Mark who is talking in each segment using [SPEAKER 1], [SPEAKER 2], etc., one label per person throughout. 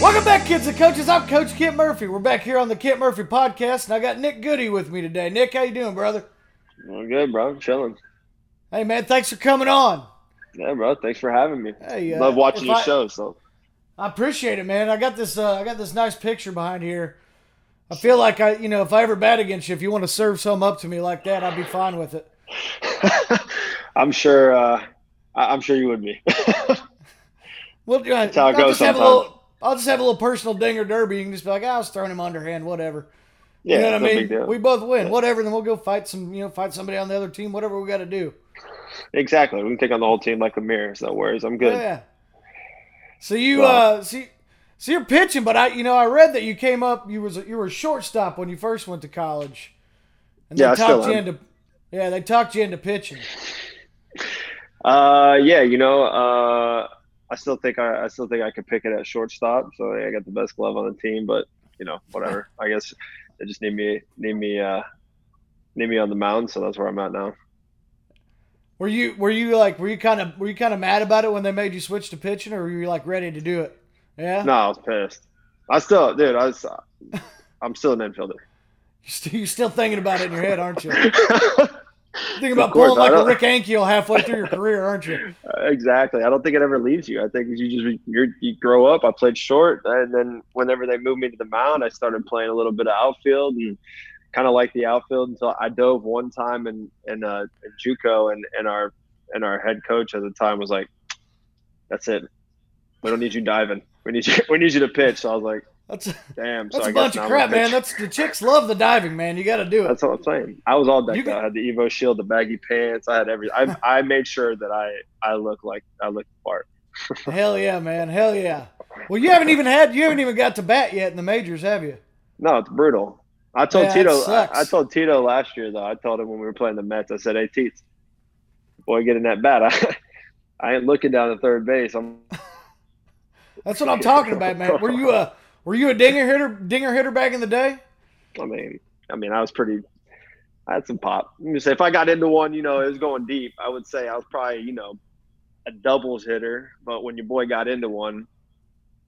[SPEAKER 1] Welcome back, kids and coaches. I'm Coach Kent Murphy. We're back here on the Kent Murphy podcast, and I got Nick Goody with me today. Nick, how you doing, brother?
[SPEAKER 2] Well, good, bro. Chilling.
[SPEAKER 1] Hey, man, thanks for coming on.
[SPEAKER 2] Yeah, bro. Thanks for having me.
[SPEAKER 1] Hey, uh,
[SPEAKER 2] Love watching
[SPEAKER 1] if
[SPEAKER 2] your
[SPEAKER 1] I-
[SPEAKER 2] show. So
[SPEAKER 1] I appreciate it, man. I got this. Uh, I got this nice picture behind here. I feel like I, you know, if I ever bat against you, if you want to serve some up to me like that, I'd be fine with it.
[SPEAKER 2] I'm sure. Uh, I- I'm sure you would be.
[SPEAKER 1] Well, That's
[SPEAKER 2] how it
[SPEAKER 1] I'll
[SPEAKER 2] goes
[SPEAKER 1] just have a
[SPEAKER 2] sometimes.
[SPEAKER 1] little. I'll just have a little personal dinger derby. You can just be like, "Ah, I was throwing him underhand, whatever.
[SPEAKER 2] yeah,
[SPEAKER 1] you know what I
[SPEAKER 2] no big
[SPEAKER 1] mean?
[SPEAKER 2] deal.
[SPEAKER 1] We both win, whatever. Then we'll go fight some, you know, fight somebody on the other team, whatever we got to do.
[SPEAKER 2] exactly. We can take on the whole team like a mirror. So no worries. I'm good.
[SPEAKER 1] Yeah. So you
[SPEAKER 2] Well-
[SPEAKER 1] uh so, you- so you're pitching, but I you know I read that you came up you was you were a shortstop when you first went to college. And
[SPEAKER 2] Yeah, I still
[SPEAKER 1] you
[SPEAKER 2] am.
[SPEAKER 1] into Yeah, they talked you into pitching.
[SPEAKER 2] Uh, yeah. You know, uh, I still think I, I still think I could pick it at shortstop. So yeah, I got the best glove on the team, but you know, whatever. I guess they just need me, need me, uh, need me on the mound. So that's where I'm at now.
[SPEAKER 1] Were you were you like were you kind of were you kind of mad about it when they made you switch to pitching or were you like ready to do it? Yeah.
[SPEAKER 2] No, I was pissed. I still, dude. I was. I'm still an infielder.
[SPEAKER 1] You're still, you're still thinking about it in your head, aren't you? Thinking
[SPEAKER 2] Of
[SPEAKER 1] about
[SPEAKER 2] course,
[SPEAKER 1] pulling
[SPEAKER 2] I
[SPEAKER 1] like a
[SPEAKER 2] don't-
[SPEAKER 1] Rick Ankiel halfway through your career, aren't you?
[SPEAKER 2] exactly. I don't think it ever leaves you. I think you just you're, you grow up. I played short, and then whenever they moved me to the mound, I started playing a little bit of outfield and kind of like the outfield until I dove one time in in, uh, in JUCO, and and our and our head coach at the time was like, "That's it. We don't need you diving. We need you. We need you to pitch." So I was like,
[SPEAKER 1] That's
[SPEAKER 2] "Damn." So
[SPEAKER 1] that's
[SPEAKER 2] I
[SPEAKER 1] a
[SPEAKER 2] guess
[SPEAKER 1] bunch
[SPEAKER 2] now
[SPEAKER 1] of
[SPEAKER 2] I'm
[SPEAKER 1] crap,
[SPEAKER 2] gonna
[SPEAKER 1] man.
[SPEAKER 2] pitch.
[SPEAKER 1] That's the chicks love the diving, man. You got to do it.
[SPEAKER 2] That's what I'm saying. I was all
[SPEAKER 1] You
[SPEAKER 2] decked
[SPEAKER 1] can-
[SPEAKER 2] out. I had the Evo shield, the baggy pants. I had every. I, I made sure that I I look like I looked the part.
[SPEAKER 1] Hell yeah, man. Hell yeah. Well, you haven't even had you haven't even got to bat yet in the majors, have you?
[SPEAKER 2] No, it's brutal. I told
[SPEAKER 1] Yeah, that
[SPEAKER 2] Tito. I,
[SPEAKER 1] sucks.
[SPEAKER 2] I told Tito last year though. I told him when we were playing the Mets. I said, "Hey, Teets, boy, getting that bat. I, I ain't looking down at third base. I'm
[SPEAKER 1] That's what I'm talking about, man. Were you a were you a dinger hitter dinger hitter back in the day?
[SPEAKER 2] I mean, I mean, I was pretty. I had some pop. Let me say, if I got into one, you know, it was going deep. I would say I was probably, you know, a doubles hitter. But when your boy got into one,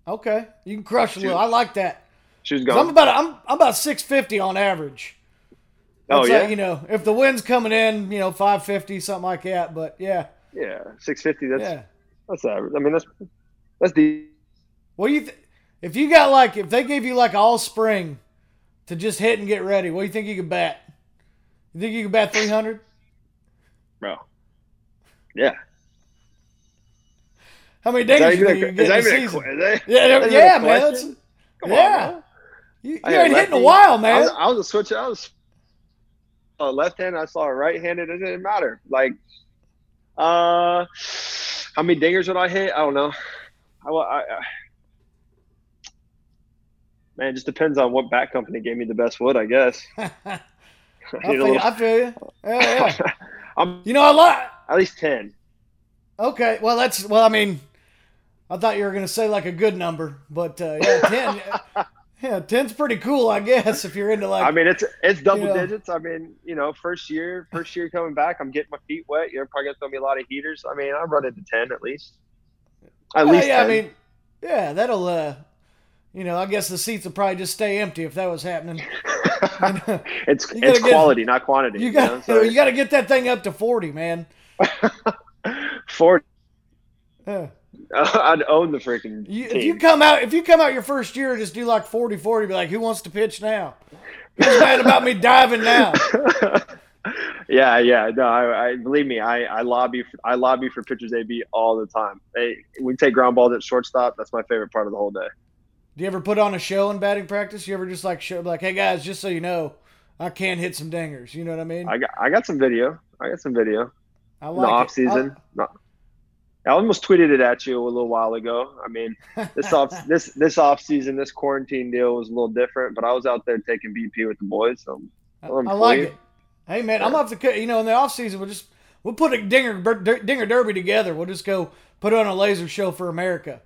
[SPEAKER 1] Okay, you can crush a little. I like that.
[SPEAKER 2] she was
[SPEAKER 1] 'Cause I'm
[SPEAKER 2] going.
[SPEAKER 1] about I'm I'm about 650 on average.
[SPEAKER 2] Oh
[SPEAKER 1] It's
[SPEAKER 2] yeah,
[SPEAKER 1] like, you know, if the wind's coming in, you know, 550 something like that. But yeah,
[SPEAKER 2] yeah, six fifty. That's
[SPEAKER 1] yeah.
[SPEAKER 2] that's average. I mean, that's that's deep.
[SPEAKER 1] What do you th- if you got like if they gave you like all spring to just hit and get ready? What do you think you could bat? You think you could bat 300?
[SPEAKER 2] bro. Yeah.
[SPEAKER 1] How many
[SPEAKER 2] Is that
[SPEAKER 1] dingers you
[SPEAKER 2] even
[SPEAKER 1] think
[SPEAKER 2] a-
[SPEAKER 1] you could get in
[SPEAKER 2] is
[SPEAKER 1] the
[SPEAKER 2] that even a
[SPEAKER 1] season?
[SPEAKER 2] que- is that-
[SPEAKER 1] Yeah,
[SPEAKER 2] is that even a
[SPEAKER 1] yeah, man. that's-
[SPEAKER 2] question? Come on,
[SPEAKER 1] yeah.
[SPEAKER 2] man.
[SPEAKER 1] you
[SPEAKER 2] I
[SPEAKER 1] you
[SPEAKER 2] got
[SPEAKER 1] ain't hitting in a
[SPEAKER 2] lefty.
[SPEAKER 1] while,
[SPEAKER 2] I
[SPEAKER 1] man.
[SPEAKER 2] was, I was a switch. I was a left handed. I saw a right handed. It didn't matter. Like, uh, how many dingers would I hit? I don't know. I, wa- I, I man, it just depends on what bat company gave me the best wood, I guess.
[SPEAKER 1] I,
[SPEAKER 2] I need a
[SPEAKER 1] feel, you-
[SPEAKER 2] little-
[SPEAKER 1] I feel you. Yeah, yeah.
[SPEAKER 2] I'm
[SPEAKER 1] You know, I like.
[SPEAKER 2] at least ten.
[SPEAKER 1] Okay, well, that's well. I mean, I thought you were gonna say like a good number, but uh, yeah, ten. yeah, ten's pretty cool, I guess, if you're into like.
[SPEAKER 2] I mean, it's it's double
[SPEAKER 1] Yeah.
[SPEAKER 2] digits. I mean, you know, first year, first year coming back, I'm getting my feet wet. You're probably gonna throw me a lot of heaters. I mean, I run into ten at least. At
[SPEAKER 1] yeah,
[SPEAKER 2] least
[SPEAKER 1] yeah,
[SPEAKER 2] 10.
[SPEAKER 1] I mean, yeah, that'll. uh You know, I guess the seats will probably just stay empty if that was happening.
[SPEAKER 2] it's
[SPEAKER 1] You gotta
[SPEAKER 2] it's
[SPEAKER 1] get-
[SPEAKER 2] quality, not quantity.
[SPEAKER 1] You
[SPEAKER 2] You
[SPEAKER 1] got
[SPEAKER 2] know? So
[SPEAKER 1] you got to get that thing up to forty, man.
[SPEAKER 2] Ford,
[SPEAKER 1] Yeah.
[SPEAKER 2] I'd own the freaking
[SPEAKER 1] You, if
[SPEAKER 2] team.
[SPEAKER 1] you come out, if you come out your first year, and just do like 40 40, be like, who wants to pitch now? Who's mad about me diving now?
[SPEAKER 2] yeah, yeah, no, I, I believe me. I, I lobby, for, I lobby for pitchers AB all the time. They, we take ground balls at shortstop. That's my favorite part of the whole day.
[SPEAKER 1] Do you ever put on a show in batting practice? You ever just like show, like, hey guys, just so you know, I can hit some dingers. You know what I mean?
[SPEAKER 2] I got, I got some video. I got some video
[SPEAKER 1] I
[SPEAKER 2] in the off
[SPEAKER 1] it.
[SPEAKER 2] season. No. I almost tweeted it at you a little while ago. I mean, this off this this off season, this quarantine deal was a little different, but I was out there taking BP with the boys. So
[SPEAKER 1] I,
[SPEAKER 2] I'm
[SPEAKER 1] I like
[SPEAKER 2] for you.
[SPEAKER 1] it. Hey man, I'm off the cut. You know, in the off season, we'll just we'll put a dinger ber- der- dinger derby together. We'll just go put on a laser show for America.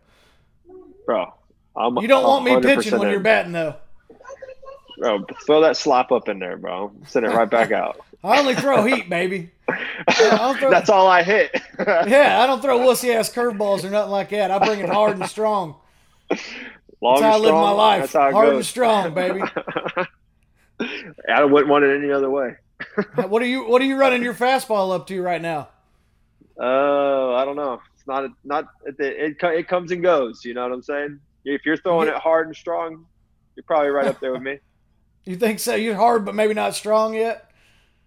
[SPEAKER 2] bro. I'm,
[SPEAKER 1] You don't want me
[SPEAKER 2] 100%
[SPEAKER 1] pitching when
[SPEAKER 2] in.
[SPEAKER 1] you're batting though.
[SPEAKER 2] Bro, throw that slop up in there, bro. Send it right back out.
[SPEAKER 1] I only throw heat, baby. Yeah, I'll throw-
[SPEAKER 2] That's all I hit.
[SPEAKER 1] Yeah, I don't throw wussy ass curveballs or nothing like that. I bring it hard and strong.
[SPEAKER 2] Long
[SPEAKER 1] that's how I
[SPEAKER 2] and
[SPEAKER 1] live my
[SPEAKER 2] strong,
[SPEAKER 1] life.
[SPEAKER 2] That's how it
[SPEAKER 1] Hard and
[SPEAKER 2] goes.
[SPEAKER 1] strong, baby.
[SPEAKER 2] I wouldn't want it any other way.
[SPEAKER 1] what are you What are you running your fastball up to right now?
[SPEAKER 2] Oh, I don't know. It's not not it, it co- it comes and goes. You know what I'm saying? If you're throwing it hard and strong, you're probably right up there with me.
[SPEAKER 1] You think so? You're hard, but maybe not strong yet.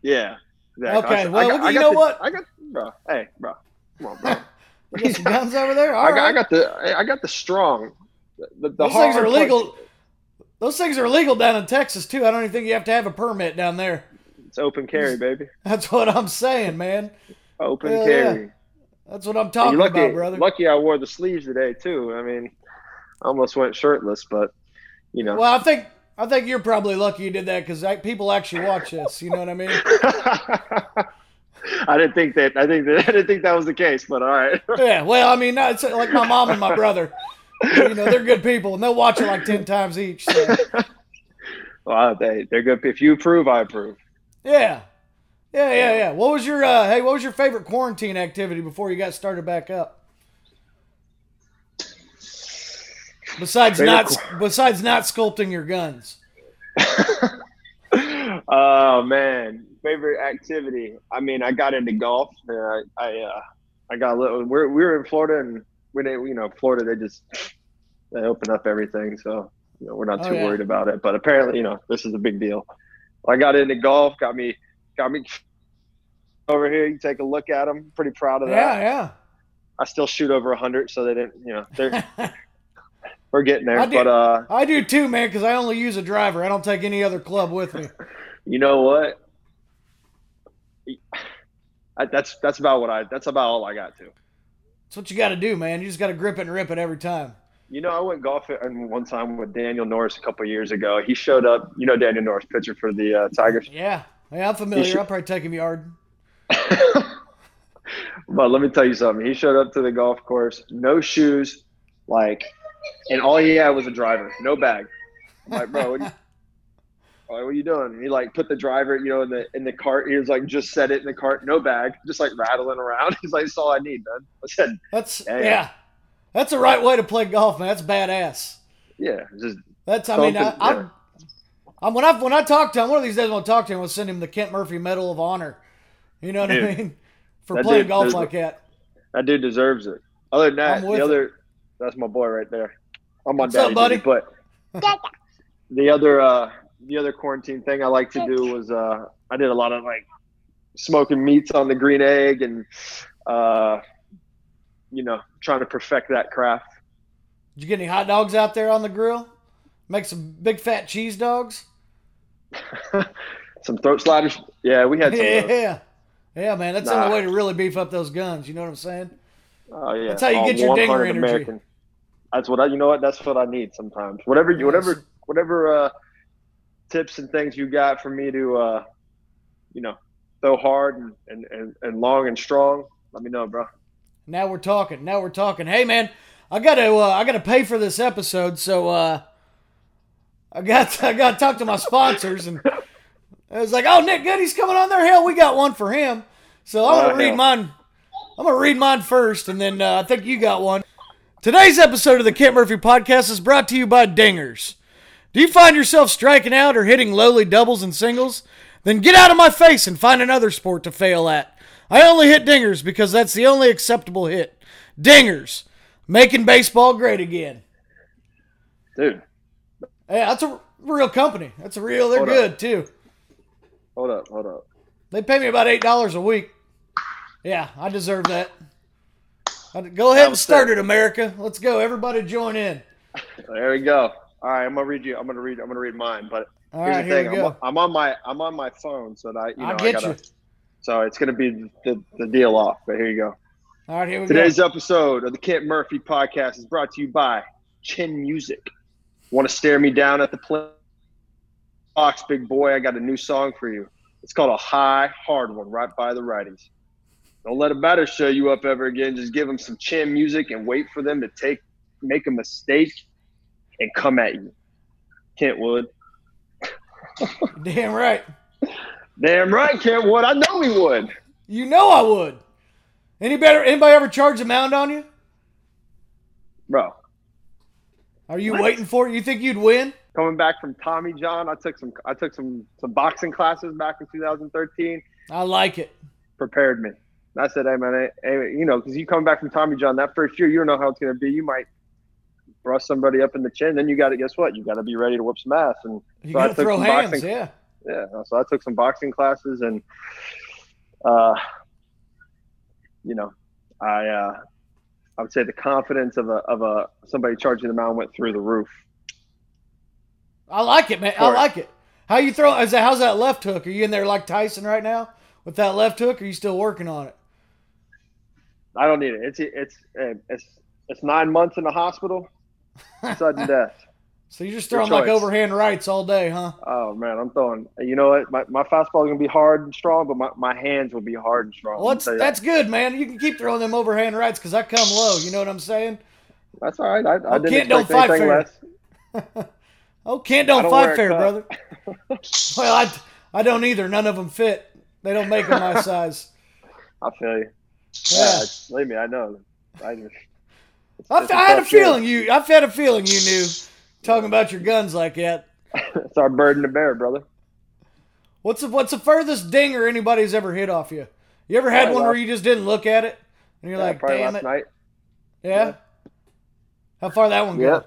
[SPEAKER 2] Yeah. Exactly.
[SPEAKER 1] Okay,
[SPEAKER 2] I- I
[SPEAKER 1] well,
[SPEAKER 2] got- I
[SPEAKER 1] you
[SPEAKER 2] got
[SPEAKER 1] know
[SPEAKER 2] the-
[SPEAKER 1] what?
[SPEAKER 2] I got, bro. Hey, bro. Come on, bro.
[SPEAKER 1] You got some guns over there. All
[SPEAKER 2] I,
[SPEAKER 1] right.
[SPEAKER 2] got, I got the I- I got the strong. The, the the
[SPEAKER 1] Those things
[SPEAKER 2] hard
[SPEAKER 1] are
[SPEAKER 2] punch-
[SPEAKER 1] legal. Those things are legal down in Texas too. I don't even think you have to have a permit down there.
[SPEAKER 2] It's open carry, baby.
[SPEAKER 1] That's what I'm saying, man.
[SPEAKER 2] Open
[SPEAKER 1] Hell yeah.
[SPEAKER 2] carry.
[SPEAKER 1] That's what I'm
[SPEAKER 2] And
[SPEAKER 1] talking
[SPEAKER 2] you're lucky,
[SPEAKER 1] about, brother.
[SPEAKER 2] lucky I wore the sleeves today too. I mean, I almost went shirtless, but you know.
[SPEAKER 1] Well, I think I think you're probably lucky you did that because people actually watch us. You know what I mean?
[SPEAKER 2] I didn't think that. I think that. I didn't think that was the case. But all right.
[SPEAKER 1] Yeah. Well, I mean, no, it's like my mom and my brother. You know, they're good people, and they'll watch it like ten times each. So.
[SPEAKER 2] Well, they they're good. If you approve, I approve.
[SPEAKER 1] Yeah. Yeah, yeah, yeah. What was your uh, hey? What was your favorite quarantine activity before you got started back up? Besides
[SPEAKER 2] Favorite
[SPEAKER 1] not besides not sculpting your guns.
[SPEAKER 2] oh man, favorite activity. I mean, I got into golf. And I I, uh, I got a little. We're, we were in Florida, and when they, you know, Florida, they just they open up everything, so you know, we're not
[SPEAKER 1] Oh,
[SPEAKER 2] too
[SPEAKER 1] yeah.
[SPEAKER 2] worried about it. But apparently, you know, this is a big deal. I got into golf. Got me. Got me. Over here, you take a look at them. Pretty proud of that.
[SPEAKER 1] Yeah,
[SPEAKER 2] I still shoot over 100, so they didn't. You know, they're,
[SPEAKER 1] yeah.
[SPEAKER 2] we're getting
[SPEAKER 1] I
[SPEAKER 2] there.
[SPEAKER 1] did-
[SPEAKER 2] But uh,
[SPEAKER 1] I do too, man, because I only use a driver. I don't take any other club with me.
[SPEAKER 2] you know what? I, that's that's about what I. That's about all I got to.
[SPEAKER 1] That's what you got to do, man. You just got to grip it and rip it every time.
[SPEAKER 2] You know, I went golfing and one time with Daniel Norris a couple years ago. He showed up. You know, Daniel Norris, pitcher for the uh, Tigers.
[SPEAKER 1] Yeah, yeah, I'm familiar.
[SPEAKER 2] should-
[SPEAKER 1] I'll probably take him yard.
[SPEAKER 2] But let me tell you something. He showed up to the golf course, no shoes, like, and all he had was a driver, no bag. I'm like, bro, what are you, I'm like, what you doing? And he like put the driver, you know, in the in the cart. He was like, just set it in the cart, no bag, just like rattling around. He's like, that's all I need, man. I said,
[SPEAKER 1] That's
[SPEAKER 2] Yeah,
[SPEAKER 1] yeah,
[SPEAKER 2] yeah.
[SPEAKER 1] that's the right way to play golf, man. That's badass.
[SPEAKER 2] yeah, just
[SPEAKER 1] That's I mean, I,
[SPEAKER 2] Something-
[SPEAKER 1] I'm, I'm when I when I talk to him, one of these days I'm gonna talk to him. I'll send him the Kent Murphy Medal of Honor. You know what I
[SPEAKER 2] Dude,
[SPEAKER 1] mean? For
[SPEAKER 2] that
[SPEAKER 1] playing
[SPEAKER 2] dude-
[SPEAKER 1] golf
[SPEAKER 2] there's-
[SPEAKER 1] like that.
[SPEAKER 2] that dude deserves it. Other than that,
[SPEAKER 1] I'm with
[SPEAKER 2] the other that's my boy right there. I'm on
[SPEAKER 1] What's up,
[SPEAKER 2] daddy duty,
[SPEAKER 1] buddy?
[SPEAKER 2] but the other uh the other quarantine thing I like to do was uh I did a lot of like smoking meats on the green egg and uh you know, trying to perfect that craft.
[SPEAKER 1] Did you get any hot dogs out there on the grill? Make some big fat cheese dogs.
[SPEAKER 2] some throat sliders. Yeah, we had some. of those.
[SPEAKER 1] Yeah, yeah, man. That's the only
[SPEAKER 2] Nah.
[SPEAKER 1] way to really beef up those guns. You know what I'm saying?
[SPEAKER 2] Oh yeah.
[SPEAKER 1] That's how you
[SPEAKER 2] All
[SPEAKER 1] get your dinger
[SPEAKER 2] 100
[SPEAKER 1] energy.
[SPEAKER 2] That's what I you know what that's what I need sometimes. Whatever you whatever whatever uh tips and things you got for me to uh you know throw hard and and, and, and long and strong, let me know, bro.
[SPEAKER 1] Now we're talking. Now we're talking. Hey, man, I gotta uh, I gotta pay for this episode, so uh, I got I got to talk to my sponsors, and I was like, oh, Nick Goody's coming on there. Hell, we got one for him. So I'm gonna
[SPEAKER 2] Oh,
[SPEAKER 1] read
[SPEAKER 2] hell.
[SPEAKER 1] mine. I'm gonna read mine first, and then uh, I think you got one. Today's episode of the Kent Murphy Podcast is brought to you by Dingers. Do you find yourself striking out or hitting lowly doubles and singles? Then get out of my face and find another sport to fail at. I only hit dingers because that's the only acceptable hit. Dingers, making baseball great again.
[SPEAKER 2] Dude,
[SPEAKER 1] Yeah, that's a real company. That's a real. They're
[SPEAKER 2] Hold up.
[SPEAKER 1] good too.
[SPEAKER 2] hold up, hold up.
[SPEAKER 1] They pay me about eight dollars a week. Yeah, I deserve that. I- Go ahead
[SPEAKER 2] Have a
[SPEAKER 1] and start
[SPEAKER 2] sip.
[SPEAKER 1] it, America. Let's go. Everybody join in.
[SPEAKER 2] There we go. All right, I'm gonna read you. I'm gonna read. I'm gonna read mine. But
[SPEAKER 1] All
[SPEAKER 2] here's
[SPEAKER 1] right,
[SPEAKER 2] the
[SPEAKER 1] here
[SPEAKER 2] thing.
[SPEAKER 1] we
[SPEAKER 2] I'm,
[SPEAKER 1] go.
[SPEAKER 2] on- I'm on my. I'm on my phone, so that I. You know,
[SPEAKER 1] I get
[SPEAKER 2] gotta,
[SPEAKER 1] you.
[SPEAKER 2] So it's gonna be the, the deal off. But here you go.
[SPEAKER 1] All right, here we go.
[SPEAKER 2] Today's episode of the Kent Murphy podcast is brought to you by Chin Music. Want to stare me down at the play box, big boy? I got a new song for you. It's called A High Hard One, right by the righties. Don't let a batter show you up ever again. Just give them some chin music and wait for them to take make a mistake and come at you. Kent Wood.
[SPEAKER 1] Damn right.
[SPEAKER 2] Damn right, Kent Wood. I know he would.
[SPEAKER 1] You know I would. Any better? Anybody ever charge a mound on you?
[SPEAKER 2] Bro.
[SPEAKER 1] Are you
[SPEAKER 2] What?
[SPEAKER 1] waiting for it? You think you'd win?
[SPEAKER 2] Coming back from Tommy John, I took some I took some some boxing classes back in 2013.
[SPEAKER 1] I like it.
[SPEAKER 2] prepared me. I said, hey, man, hey, hey, you know, because you come back from Tommy John that first year, you don't know how it's going to be. You might brush somebody up in the chin. Then you got to, guess what? You got to be ready to whip some ass. And
[SPEAKER 1] You
[SPEAKER 2] So I
[SPEAKER 1] gotta
[SPEAKER 2] took
[SPEAKER 1] throw
[SPEAKER 2] some
[SPEAKER 1] hands,
[SPEAKER 2] boxing-
[SPEAKER 1] yeah.
[SPEAKER 2] yeah, so I took some boxing classes and, uh, you know, I, uh, I would say the confidence of a, of a, somebody charging the mound went through the roof.
[SPEAKER 1] I like it, man. I
[SPEAKER 2] Sure.
[SPEAKER 1] like it. How you throw? Is that, how's that left hook? Are you in there like Tyson right now with that left hook? Or are you still working on it?
[SPEAKER 2] I don't need it. It's, it's, it's, it's nine months in the hospital, sudden death.
[SPEAKER 1] So you're just
[SPEAKER 2] Your
[SPEAKER 1] throwing like
[SPEAKER 2] choice.
[SPEAKER 1] overhand rights all day, huh?
[SPEAKER 2] Oh man, I'm throwing. You know what? My, my fastball is gonna be hard and strong, but my, my hands will be hard and strong. I'm
[SPEAKER 1] Well,
[SPEAKER 2] gonna
[SPEAKER 1] that's,
[SPEAKER 2] tell you that.
[SPEAKER 1] that's good, man. You can keep throwing them overhand rights because I come low. You know what I'm saying?
[SPEAKER 2] That's all right. I, I
[SPEAKER 1] Well,
[SPEAKER 2] didn't
[SPEAKER 1] Kent don't
[SPEAKER 2] expect
[SPEAKER 1] fight
[SPEAKER 2] anything
[SPEAKER 1] fair.
[SPEAKER 2] less.
[SPEAKER 1] Oh, can't
[SPEAKER 2] I
[SPEAKER 1] don't
[SPEAKER 2] don't wear
[SPEAKER 1] fight
[SPEAKER 2] a
[SPEAKER 1] fair,
[SPEAKER 2] cup.
[SPEAKER 1] brother. well, I, I don't either. None of them fit. They don't make them my size.
[SPEAKER 2] I feel
[SPEAKER 1] Yeah.
[SPEAKER 2] you. Yeah, believe me, I know. I just,
[SPEAKER 1] I,
[SPEAKER 2] It's a
[SPEAKER 1] I had a
[SPEAKER 2] tough deal.
[SPEAKER 1] feeling you. I've had a feeling you knew talking about your guns like that.
[SPEAKER 2] it's our burden to bear, brother.
[SPEAKER 1] What's the what's the furthest dinger anybody's ever hit off you? You ever had
[SPEAKER 2] Probably
[SPEAKER 1] one where
[SPEAKER 2] last-
[SPEAKER 1] you just didn't look at it and you're
[SPEAKER 2] Yeah,
[SPEAKER 1] like,
[SPEAKER 2] probably
[SPEAKER 1] damn
[SPEAKER 2] last
[SPEAKER 1] it,
[SPEAKER 2] night.
[SPEAKER 1] yeah?
[SPEAKER 2] yeah.
[SPEAKER 1] How far that one
[SPEAKER 2] Yeah.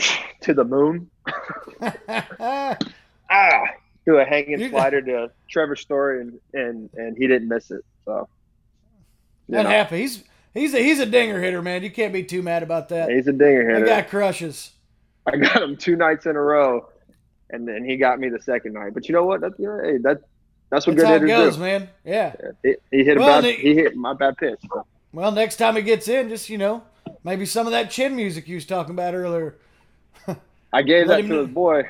[SPEAKER 1] go?
[SPEAKER 2] to the moon.
[SPEAKER 1] Yeah.
[SPEAKER 2] Ah, do a hanging
[SPEAKER 1] You-
[SPEAKER 2] slider to Trevor Story, and and and he didn't miss it. So. you
[SPEAKER 1] that
[SPEAKER 2] know,
[SPEAKER 1] happened. He's he's a he's a dinger hitter, man. You can't be too mad about that.
[SPEAKER 2] He's a dinger
[SPEAKER 1] That
[SPEAKER 2] hitter.
[SPEAKER 1] guy crushes.
[SPEAKER 2] I got him two nights in a row, and then he got me the second night. But you know what? That, you know, hey, that that's what
[SPEAKER 1] That's how
[SPEAKER 2] good
[SPEAKER 1] it goes,
[SPEAKER 2] hitters
[SPEAKER 1] man. Yeah.
[SPEAKER 2] do. He, he hit a
[SPEAKER 1] Well,
[SPEAKER 2] bad,
[SPEAKER 1] they-
[SPEAKER 2] he hit my bad pitch.
[SPEAKER 1] Well, next time he gets in, just you know, maybe some of that chin music you was talking about earlier.
[SPEAKER 2] I gave
[SPEAKER 1] Let
[SPEAKER 2] that
[SPEAKER 1] him
[SPEAKER 2] to
[SPEAKER 1] know.
[SPEAKER 2] his boy.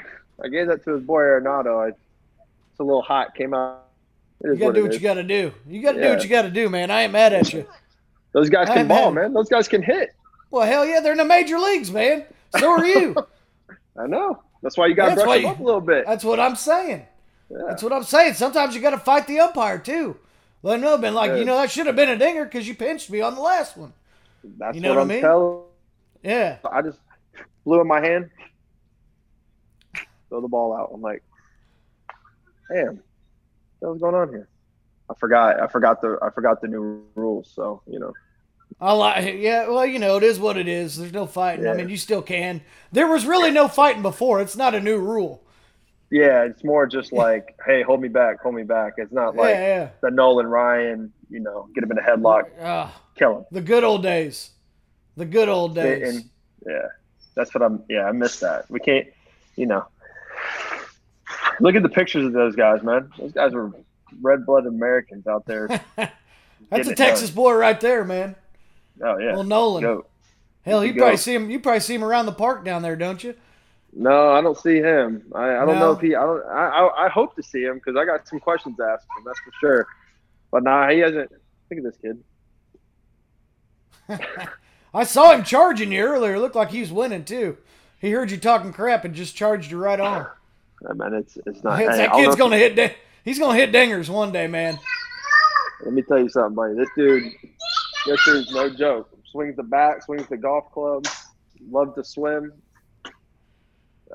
[SPEAKER 2] I gave that to his boy Arenado. I, it's a little hot. Came out. It
[SPEAKER 1] You
[SPEAKER 2] is
[SPEAKER 1] gotta
[SPEAKER 2] what
[SPEAKER 1] do
[SPEAKER 2] it
[SPEAKER 1] what you
[SPEAKER 2] is.
[SPEAKER 1] gotta do. You gotta do
[SPEAKER 2] Yeah.
[SPEAKER 1] what you gotta do, man. I ain't mad at you.
[SPEAKER 2] Those guys
[SPEAKER 1] I
[SPEAKER 2] can ball,
[SPEAKER 1] imagine.
[SPEAKER 2] man. Those guys can hit.
[SPEAKER 1] Well, hell yeah, they're in the major leagues, man. So are you.
[SPEAKER 2] I know. That's why you got to
[SPEAKER 1] That's why
[SPEAKER 2] brush them
[SPEAKER 1] you-
[SPEAKER 2] up a little bit.
[SPEAKER 1] That's what I'm saying.
[SPEAKER 2] Yeah.
[SPEAKER 1] That's what I'm saying. Sometimes you got to fight the umpire too. Let him know, been like, you
[SPEAKER 2] Yeah.
[SPEAKER 1] know, that should have been a dinger because you pinched me on the last one.
[SPEAKER 2] That's
[SPEAKER 1] you know
[SPEAKER 2] what,
[SPEAKER 1] what I
[SPEAKER 2] I'm
[SPEAKER 1] mean?
[SPEAKER 2] telling.
[SPEAKER 1] Yeah,
[SPEAKER 2] I just blew in my hand, throw the ball out. I'm like, damn, what's going on here? I forgot. I forgot the. I forgot the new rules. So you know,
[SPEAKER 1] I like. Yeah, well, you know, it is what it is. There's no fighting. I
[SPEAKER 2] Yeah.
[SPEAKER 1] mean, you still can. There was really no fighting before. It's not a new rule.
[SPEAKER 2] yeah, it's more just like, hey, hold me back, hold me back. It's not like
[SPEAKER 1] yeah,
[SPEAKER 2] the Nolan Ryan. You know, get him in a headlock,
[SPEAKER 1] yeah. Ah,
[SPEAKER 2] kill him.
[SPEAKER 1] the good old days. The good old days.
[SPEAKER 2] And- yeah, that's what I'm. Yeah, I miss that. We can't. You know, look at the pictures of those guys, man. Those guys were red-blooded Americans out there.
[SPEAKER 1] That's
[SPEAKER 2] getting
[SPEAKER 1] a
[SPEAKER 2] it done.
[SPEAKER 1] Texas boy right there, man.
[SPEAKER 2] Oh yeah.
[SPEAKER 1] Well, Nolan.
[SPEAKER 2] Go.
[SPEAKER 1] Hell, you
[SPEAKER 2] Go.
[SPEAKER 1] probably see him. You probably see him around the park down there, don't you?
[SPEAKER 2] No, I don't see him. I, I don't
[SPEAKER 1] No?
[SPEAKER 2] know if he. I don't. I, I, I hope to see him because I got some questions to ask him. That's for sure. But nah, he hasn't. Look at this kid.
[SPEAKER 1] I saw him charging you earlier. It looked like he was winning too. He heard you talking crap and just charged you right on.
[SPEAKER 2] I mean, it's it's not. hey, I
[SPEAKER 1] that
[SPEAKER 2] don't know
[SPEAKER 1] kid's
[SPEAKER 2] if-
[SPEAKER 1] gonna hit. da- He's gonna hit dingers one day, man.
[SPEAKER 2] Let me tell you something, buddy. This dude, this dude's no joke. Swings the bat, swings the golf club. Love to swim.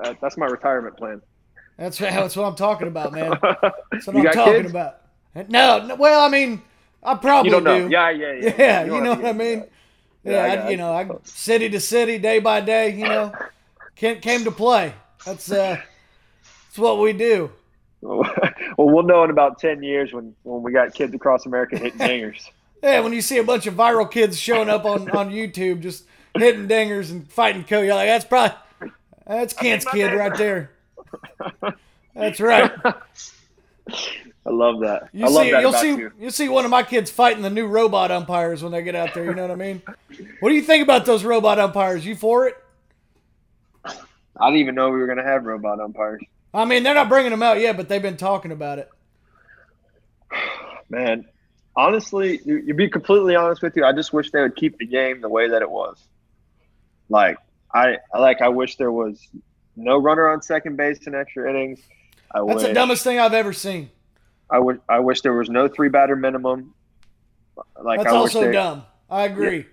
[SPEAKER 2] Uh, that's my retirement plan.
[SPEAKER 1] That's that's what I'm talking about, man. That's what
[SPEAKER 2] You
[SPEAKER 1] I'm
[SPEAKER 2] got
[SPEAKER 1] talking
[SPEAKER 2] kids?
[SPEAKER 1] about. No, no, well, I mean, I probably
[SPEAKER 2] you don't know.
[SPEAKER 1] do.
[SPEAKER 2] Yeah, yeah, yeah.
[SPEAKER 1] Yeah, you,
[SPEAKER 2] don't
[SPEAKER 1] know
[SPEAKER 2] have
[SPEAKER 1] what I
[SPEAKER 2] to get
[SPEAKER 1] mean.
[SPEAKER 2] into that.
[SPEAKER 1] Yeah,
[SPEAKER 2] I
[SPEAKER 1] I,
[SPEAKER 2] got
[SPEAKER 1] you know, I city to city, day by day. You know, can came to play. That's uh, that's what we do.
[SPEAKER 2] well, we'll know in about ten years when when we got kids across America hitting dingers.
[SPEAKER 1] Yeah, when you see a bunch of viral kids showing up on, on YouTube just hitting dingers and fighting co, you're like, that's probably that's Kent's kid right there. That's right.
[SPEAKER 2] I love that.
[SPEAKER 1] You
[SPEAKER 2] I love
[SPEAKER 1] see,
[SPEAKER 2] that
[SPEAKER 1] you'll
[SPEAKER 2] about
[SPEAKER 1] see,
[SPEAKER 2] you.
[SPEAKER 1] will see one of my kids fighting the new robot umpires when they get out there. You know what I mean? What do you think about those robot umpires? You for it?
[SPEAKER 2] I didn't even know we were gonna have robot umpires.
[SPEAKER 1] I mean, they're not bringing them out yet, but they've been talking about it.
[SPEAKER 2] Man, honestly, you, you be completely honest with you, I just wish they would keep the game the way that it was. Like I, I like I wish there was no runner on second base in extra innings. I
[SPEAKER 1] That's
[SPEAKER 2] wish
[SPEAKER 1] the dumbest thing I've ever seen.
[SPEAKER 2] I wish I wish there was no three batter minimum. Like
[SPEAKER 1] That's
[SPEAKER 2] I wish
[SPEAKER 1] also
[SPEAKER 2] they,
[SPEAKER 1] dumb. I agree.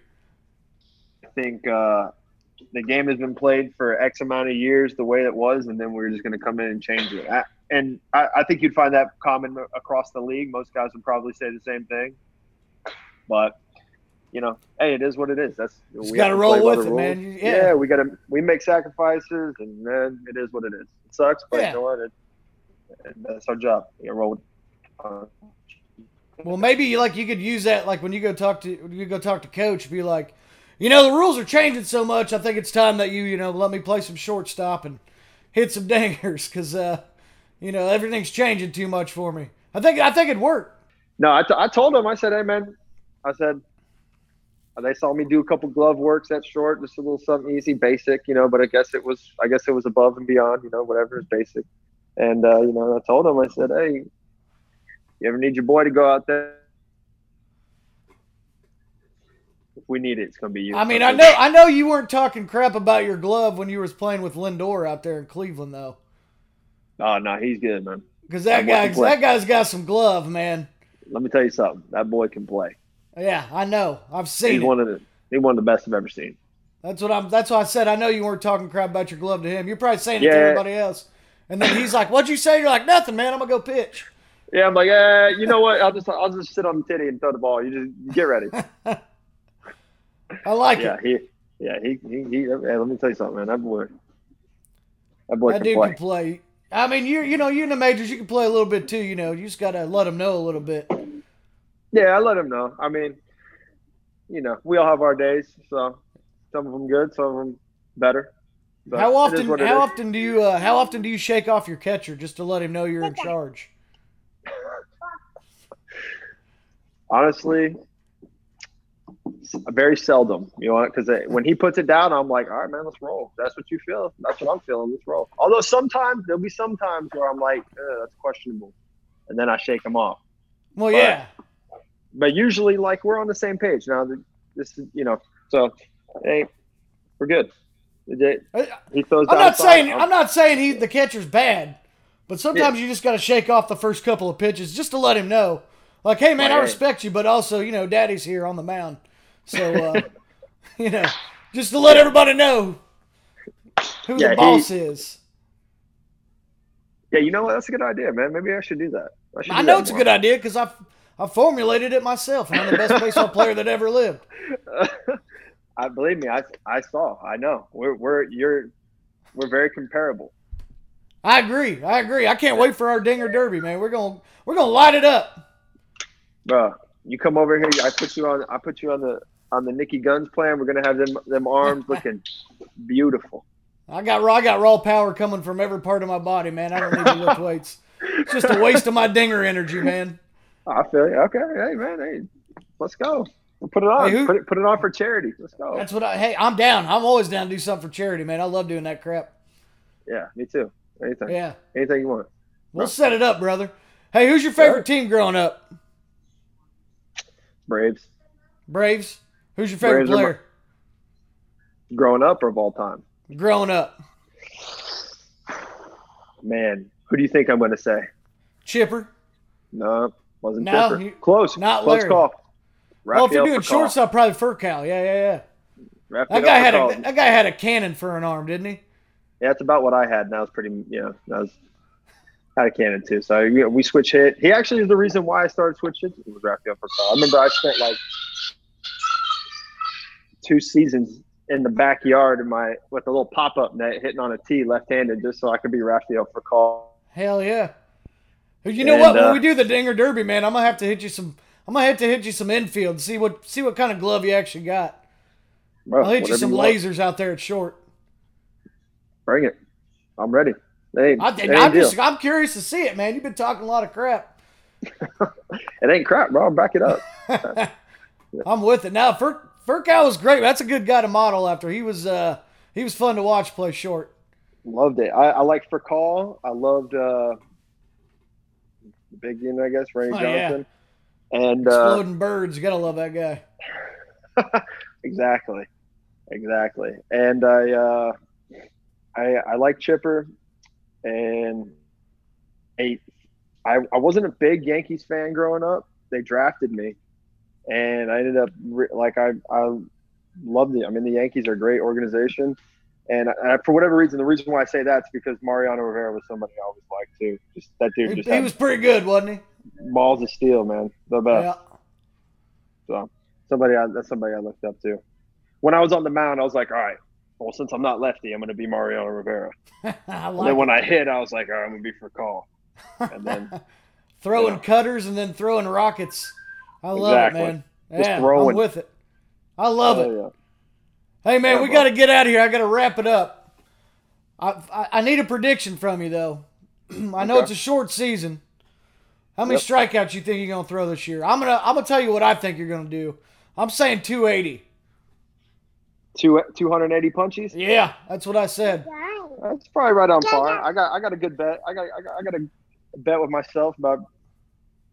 [SPEAKER 2] I think uh, the game has been played for X amount of years the way it was, and then we were just going to come in and change it. I, and I, I think you'd find that common across the league. Most guys would probably say the same thing. But you know, hey, it is what it is. That's
[SPEAKER 1] Just
[SPEAKER 2] we
[SPEAKER 1] gotta
[SPEAKER 2] have to
[SPEAKER 1] roll
[SPEAKER 2] play by
[SPEAKER 1] with
[SPEAKER 2] the
[SPEAKER 1] it,
[SPEAKER 2] rules.
[SPEAKER 1] man. You- yeah.
[SPEAKER 2] Yeah. we gotta we make sacrifices, and man, it is what it is. It sucks, but
[SPEAKER 1] Yeah.
[SPEAKER 2] you know what? It, it- that's our job. Yeah, roll. With, uh,
[SPEAKER 1] Well, maybe like you could use that like when you go talk to when you go talk to coach, be like, you know, the rules are changing so much. I think it's time that you you know let me play some shortstop and hit some dingers because uh, you know everything's changing too much for me. I think I think it'd work.
[SPEAKER 2] no, I, t- I told him. I said, hey, man. I said. uh, They saw me do a couple glove works that short, just a little something easy, basic, you know. But I guess it was, I guess it was above and beyond, you know, whatever is basic. And uh, you know, I told him, I said, hey, you ever need your boy to go out there? If we need it, it's gonna be you.
[SPEAKER 1] I mean, I know I know you weren't talking crap about your glove when you was playing with Lindor out there in Cleveland though,
[SPEAKER 2] Oh no, he's good, man.
[SPEAKER 1] because
[SPEAKER 2] I'm
[SPEAKER 1] that guy
[SPEAKER 2] watching play.
[SPEAKER 1] that guy's got some glove, man.
[SPEAKER 2] Let me tell you something. That boy can play.
[SPEAKER 1] Yeah, I know. I've
[SPEAKER 2] He's
[SPEAKER 1] seen it.
[SPEAKER 2] one of the he's one of the best I've ever seen.
[SPEAKER 1] That's what I'm. That's why I said I know you weren't talking crap about your glove to him. You're probably saying it to
[SPEAKER 2] Yeah.
[SPEAKER 1] everybody else, and then he's like, "What'd you say?" You're like, "Nothing, man. I'm gonna go pitch."
[SPEAKER 2] Yeah, I'm like, eh, you know what? I'll just I'll just sit on the titty and throw the ball. You just get ready.
[SPEAKER 1] I like
[SPEAKER 2] yeah,
[SPEAKER 1] it.
[SPEAKER 2] he yeah he he, he hey, Let me tell you something, man. That boy that boy
[SPEAKER 1] That
[SPEAKER 2] can
[SPEAKER 1] dude
[SPEAKER 2] play.
[SPEAKER 1] can play. I mean, you you know you in the majors you can play a little bit too. You know you just gotta let him know a little bit.
[SPEAKER 2] Yeah, I let him know. I mean, you know, we all have our days. So some of them good, some of them better. But
[SPEAKER 1] how
[SPEAKER 2] It is
[SPEAKER 1] often
[SPEAKER 2] what it
[SPEAKER 1] how
[SPEAKER 2] is.
[SPEAKER 1] often do you uh, how often do you shake off your catcher just to let him know you're in charge?
[SPEAKER 2] honestly very seldom you know because when he puts it down i'm like all right man let's roll that's what you feel that's what i'm feeling let's roll although sometimes there'll be some times where i'm like "Eh, that's questionable and then i shake him off
[SPEAKER 1] Well, yeah,
[SPEAKER 2] but usually like we're on the same page now th- this is you know so hey we're good They-
[SPEAKER 1] I-
[SPEAKER 2] he throws
[SPEAKER 1] I'm
[SPEAKER 2] down
[SPEAKER 1] not
[SPEAKER 2] a sign,
[SPEAKER 1] saying I'm not saying he the catcher's bad, but sometimes you just got to shake off the first couple of pitches just to let him know, like, hey man, I
[SPEAKER 2] Right.
[SPEAKER 1] respect you, but also you know, Daddy's here on the mound, so uh, you know, just to let everybody know who
[SPEAKER 2] Yeah,
[SPEAKER 1] the
[SPEAKER 2] he-
[SPEAKER 1] boss is.
[SPEAKER 2] yeah you know what that's a good idea man maybe i should do that should
[SPEAKER 1] I
[SPEAKER 2] do
[SPEAKER 1] know
[SPEAKER 2] that
[SPEAKER 1] it's a
[SPEAKER 2] more.
[SPEAKER 1] good idea because I I formulated it myself, and I'm the best baseball player that ever lived.
[SPEAKER 2] I believe me. I I saw. I know. We're we're you're we're very comparable.
[SPEAKER 1] I agree. I agree. I can't wait for our Dinger Derby, man. We're gonna we're gonna light it up.
[SPEAKER 2] Bro, you come over here. I put you on. I put you on the on the Nicky Guns plan. We're gonna have them them arms looking beautiful.
[SPEAKER 1] I got raw, I got raw power coming from every part of my body, man. I don't need to lift weights. It's just a waste of my dinger energy, man.
[SPEAKER 2] I feel you. Okay, hey man, hey, let's go. We'll put it on.
[SPEAKER 1] Hey, who-
[SPEAKER 2] put it put it on for charity. Let's go.
[SPEAKER 1] That's what I. Hey, I'm down. I'm always down to do something for charity, man. I love doing that crap.
[SPEAKER 2] yeah, me too. Anything.
[SPEAKER 1] Yeah,
[SPEAKER 2] Anything you want.
[SPEAKER 1] we'll set it up, brother. Hey, who's your favorite team growing up?
[SPEAKER 2] Braves.
[SPEAKER 1] Braves. Who's your favorite
[SPEAKER 2] Braves are my-
[SPEAKER 1] player
[SPEAKER 2] Growing up or of all time.
[SPEAKER 1] growing up?
[SPEAKER 2] Man, who do you think I'm gonna say?
[SPEAKER 1] Chipper.
[SPEAKER 2] No, wasn't
[SPEAKER 1] No,
[SPEAKER 2] Tipper.
[SPEAKER 1] you-
[SPEAKER 2] Close.
[SPEAKER 1] not
[SPEAKER 2] close
[SPEAKER 1] Larry.
[SPEAKER 2] call.
[SPEAKER 1] Well, if you're
[SPEAKER 2] Raphael
[SPEAKER 1] doing
[SPEAKER 2] Percal.
[SPEAKER 1] shortstop, probably Furcal. Yeah, yeah, yeah.
[SPEAKER 2] Raphael
[SPEAKER 1] That guy had
[SPEAKER 2] Percal.
[SPEAKER 1] a that guy had a cannon for an arm, didn't he?
[SPEAKER 2] Yeah, that's about what I had. and that was pretty, you know, that was out of cannon too. So you know, we switch hit. He actually is the reason why I started switch hits with Raphael Percal. I remember I spent like two seasons in the backyard in my with a little pop up net hitting on a tee left handed just so I could be Raphael Percal.
[SPEAKER 1] Hell yeah. You know
[SPEAKER 2] And,
[SPEAKER 1] what? When
[SPEAKER 2] uh,
[SPEAKER 1] we do the Dinger Derby, man, I'm gonna have to hit you some. I'm gonna have to hit you some infield. See what see what kind of glove you actually got.
[SPEAKER 2] Bro,
[SPEAKER 1] I'll hit you
[SPEAKER 2] whatever
[SPEAKER 1] some
[SPEAKER 2] want.
[SPEAKER 1] lasers out there at short.
[SPEAKER 2] Bring it. I'm ready. Hey,
[SPEAKER 1] I,
[SPEAKER 2] it,
[SPEAKER 1] think- I'm
[SPEAKER 2] ain't deal.
[SPEAKER 1] just I'm curious to see it, man. You've been talking a lot of crap.
[SPEAKER 2] it ain't crap, bro. I'll back it up.
[SPEAKER 1] I'm with it now. Fur Furcal was great. That's a good guy to model after. He was uh he was fun to watch play short.
[SPEAKER 2] Loved it. I, I liked Percal. I loved uh, the big unit, I guess, Randy
[SPEAKER 1] Oh, yeah.
[SPEAKER 2] Johnson. And uh,
[SPEAKER 1] Exploding birds. You gotta love that guy.
[SPEAKER 2] Exactly, exactly. And I, uh, I, I like Chipper, and I, I, I wasn't a big Yankees fan growing up. They drafted me, and I ended up re- like I, I love the. I mean, the Yankees are a great organization, and I, for whatever reason, the reason why I say that's because Mariano Rivera was somebody I always liked too. Just that dude
[SPEAKER 1] He,
[SPEAKER 2] just
[SPEAKER 1] he
[SPEAKER 2] had
[SPEAKER 1] was pretty good, wasn't
[SPEAKER 2] balls of steel, man. The
[SPEAKER 1] he?
[SPEAKER 2] best.
[SPEAKER 1] yeah.
[SPEAKER 2] So somebody I, that's somebody I looked up to. When I was on the mound, I was like, all right, well, since I'm not lefty, I'm going to be Mariano Rivera.
[SPEAKER 1] I
[SPEAKER 2] and then
[SPEAKER 1] like
[SPEAKER 2] when I hit, I was like, all right, I'm going to be for call. And then
[SPEAKER 1] throwing
[SPEAKER 2] yeah.
[SPEAKER 1] cutters and then throwing rockets. I love
[SPEAKER 2] Exactly.
[SPEAKER 1] it, man.
[SPEAKER 2] Just
[SPEAKER 1] yeah, I'm
[SPEAKER 2] throwing.
[SPEAKER 1] with it. I love it.
[SPEAKER 2] Oh, yeah.
[SPEAKER 1] Hey man,
[SPEAKER 2] Yeah,
[SPEAKER 1] we
[SPEAKER 2] bro.
[SPEAKER 1] got to get out of here. I got to wrap it up. I, I I need a prediction from you though. I know
[SPEAKER 2] Okay.
[SPEAKER 1] it's a short season. How many
[SPEAKER 2] Yep.
[SPEAKER 1] strikeouts you think you're gonna throw this year? I'm gonna I'm gonna tell you what I think you're gonna do. I'm saying 280.
[SPEAKER 2] Two, 280 punches.
[SPEAKER 1] Yeah, that's what I said.
[SPEAKER 2] That's probably right on par. I got I got a good bet. I got I got, I got a bet with myself about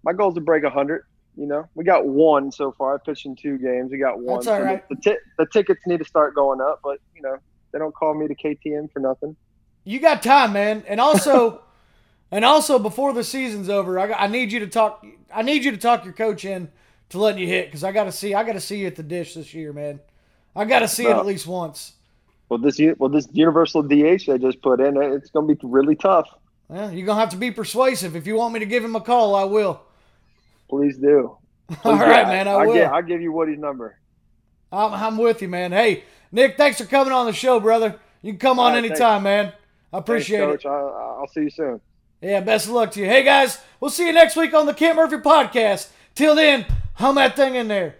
[SPEAKER 2] my goal is to break hundred. You know, we got one so far. I pitched in two games. We got one.
[SPEAKER 1] That's all
[SPEAKER 2] So
[SPEAKER 1] right.
[SPEAKER 2] The, the, ti- the tickets need to start going up, but you know they don't call me to KTM for nothing.
[SPEAKER 1] You got time, man. And also, and also before the season's over, I, got- I need you to talk. I need you to talk your coach in to letting you hit because I got to see. I got to see you at the dish this year, man. I got to see it
[SPEAKER 2] No.
[SPEAKER 1] at least once.
[SPEAKER 2] Well, this u- well this universal DH they just put in, it's going to be really tough.
[SPEAKER 1] Well, you're gonna have to be persuasive. If you want me to give him a call, I will.
[SPEAKER 2] Please do.
[SPEAKER 1] All
[SPEAKER 2] Please do.
[SPEAKER 1] right, man. I, will.
[SPEAKER 2] Give, I'll give you Woody's number.
[SPEAKER 1] I'm, I'm with you, man. Hey, Nick, thanks for coming on the show, brother. You can come on
[SPEAKER 2] All right,
[SPEAKER 1] anytime, man. I
[SPEAKER 2] Thanks,
[SPEAKER 1] appreciate it.
[SPEAKER 2] Coach. I, I'll see you soon.
[SPEAKER 1] Yeah, best of luck to you. Hey, guys, we'll see you next week on the Kent Murphy Podcast. Till then, hum that thing in there.